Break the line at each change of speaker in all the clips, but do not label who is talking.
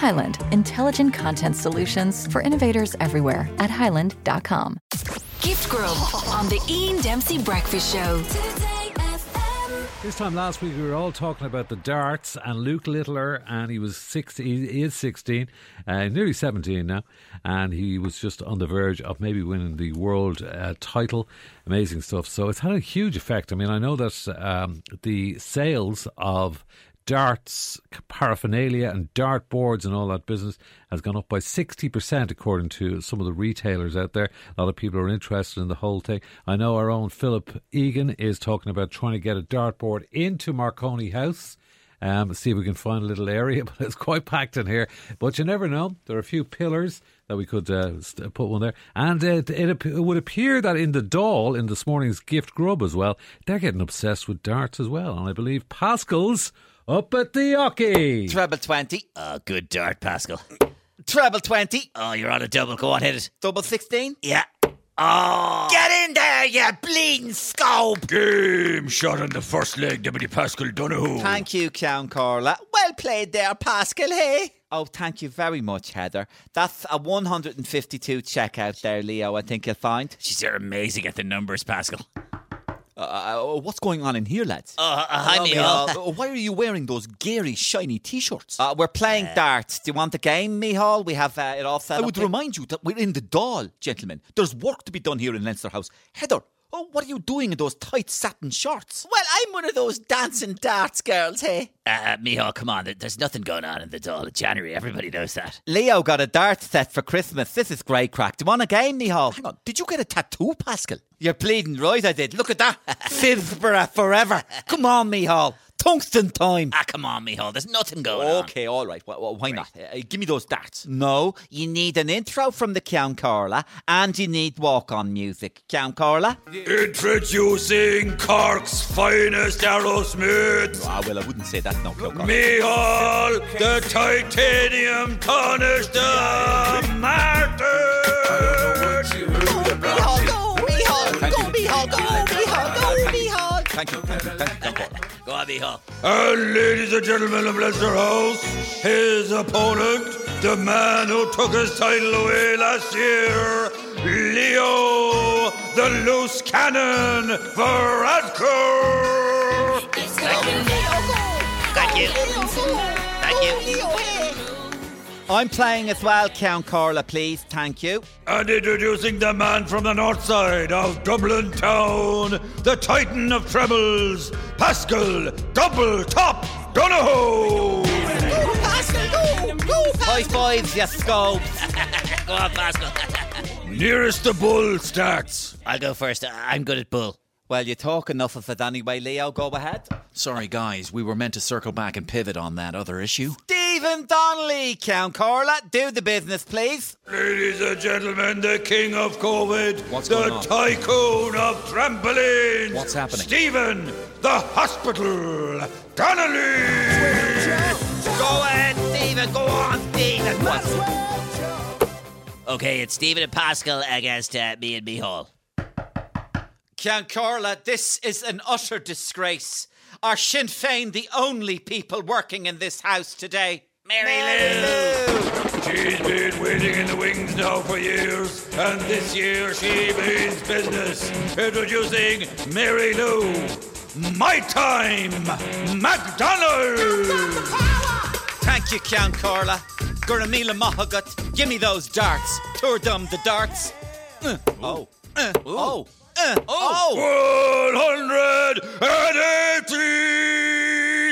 Highland, intelligent content solutions for innovators everywhere at highland.com.
Gift Grub on the Ian Dempsey Breakfast Show.
This time last week, we were all talking about the darts and Luke Littler, and he was 16, he is 16, uh, nearly 17 now, and he was just on the verge of maybe winning the world uh, title. Amazing stuff. So it's had a huge effect. I mean, I know that um, the sales of darts paraphernalia and dart boards and all that business has gone up by 60% according to some of the retailers out there a lot of people are interested in the whole thing i know our own philip egan is talking about trying to get a dart board into marconi house um, see if we can find a little area but it's quite packed in here but you never know there are a few pillars that we could uh, st- put one there. And uh, it, it, ap- it, would appear that in the doll in this morning's gift grub as well, they're getting obsessed with darts as well. And I believe Pascal's up at the hockey.
Treble 20.
Oh, good dart, Pascal.
Treble 20.
Oh, you're on a double. Go on, hit it.
Double 16.
Yeah. Oh.
Get in there, you bleeding scope.
Game shot on the first leg, Deputy Pascal Donoghue.
Thank you, Clown Carla. Well played there, Pascal, hey? Oh, thank you very much, Heather. That's a 152 checkout there, Leo, I think you'll find.
She's are amazing at the numbers, Pascal.
Uh, what's going on in here, lads?
Uh, uh, hi, Neil.
Uh, why are you wearing those gary, shiny t-shirts? Uh, we're playing darts. Do you want the game, Mihal? We have uh, it all set
I would
here.
remind you that we're in the doll, gentlemen. There's work to be done here in Leinster House. Heather, oh, what are you doing in those tight satin shorts?
Well, I'm one of those dancing darts girls, hey?
Uh, Mijo, come on. there- There's nothing going on in the doll in January. Everybody knows that.
Leo got a dart set for Christmas. This is great crack. Do you want a game, Mihal?
Hang on, did you get a tattoo, Pascal?
You're bleeding right, I did. Look at that. Fibra forever. Come on, Mihal. Tungsten time.
Ah, come on, Mijo. There's nothing going on.
Okay, all right. Well, well, why not? Uh, give me those darts.
No, you need an intro from the Count Carla and you need walk on music. Count Carla?
Introducing Cork's finest Aerosmith.
Ah, well, I wouldn't say that, no, Cloak.
Mihal, the titanium Coniston Martin.
Mihal, go, Mihal, go, Mihal, go, Mihal, go, Mihal.
Thank you, thank you, thank you.
Go on, Mijo.
And ladies and gentlemen of Leicester House, his opponent, the man who took his title away last year, Leo, the loose cannon, Varadkar.
Thank you.
Oh,
Thank you.
I'm playing as well, Count Carla, please. Thank you.
And introducing the man from the north side of Dublin town, the titan of trebles, Pascal Double Top Donohoe.
High fives, you scope.
Go on, Pascal.
Nearest the bull starts.
I'll go first. I- I'm good at bull.
Well, you talk enough of it anyway, Leo. Go ahead.
Sorry, guys, we were meant to circle back and pivot on that other issue.
Stephen Donnelly, Count Carla, do the business, please.
Ladies and gentlemen, the king of COVID,
What's
the
going on?
tycoon of trampolines.
What's happening?
Stephen, the hospital, Donnelly.
Go ahead, Stephen. Go on, Stephen.
Okay, it's Stephen and Pascal against uh, me and Mijo.
Count Carla, this is an utter disgrace. Are Sinn Féin the only people working in this house today?
Mary Lou.
She's been waiting in the wings now for years, and this year she means business. Introducing Mary Lou, My Time, McDonald's.
Thank you, Count Carla. Guramila Mahagut, give me those darts. Tour them the darts. Uh, oh. Uh, oh. Uh, oh.
180!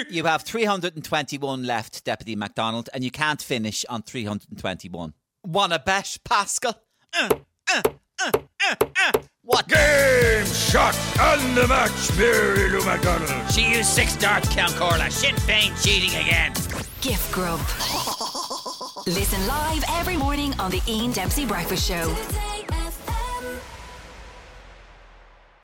You have 321 left, Deputy MacDonald, and you can't finish on 321. Wanna bet, Pascal? Uh, uh, uh, uh, uh. What?
Game shot and the match, Mary Lou McDonald.
She used six darts, Count Corla. Sinn Fein cheating again.
Gift Grub. Listen live every morning on the Ian Dempsey Breakfast Show.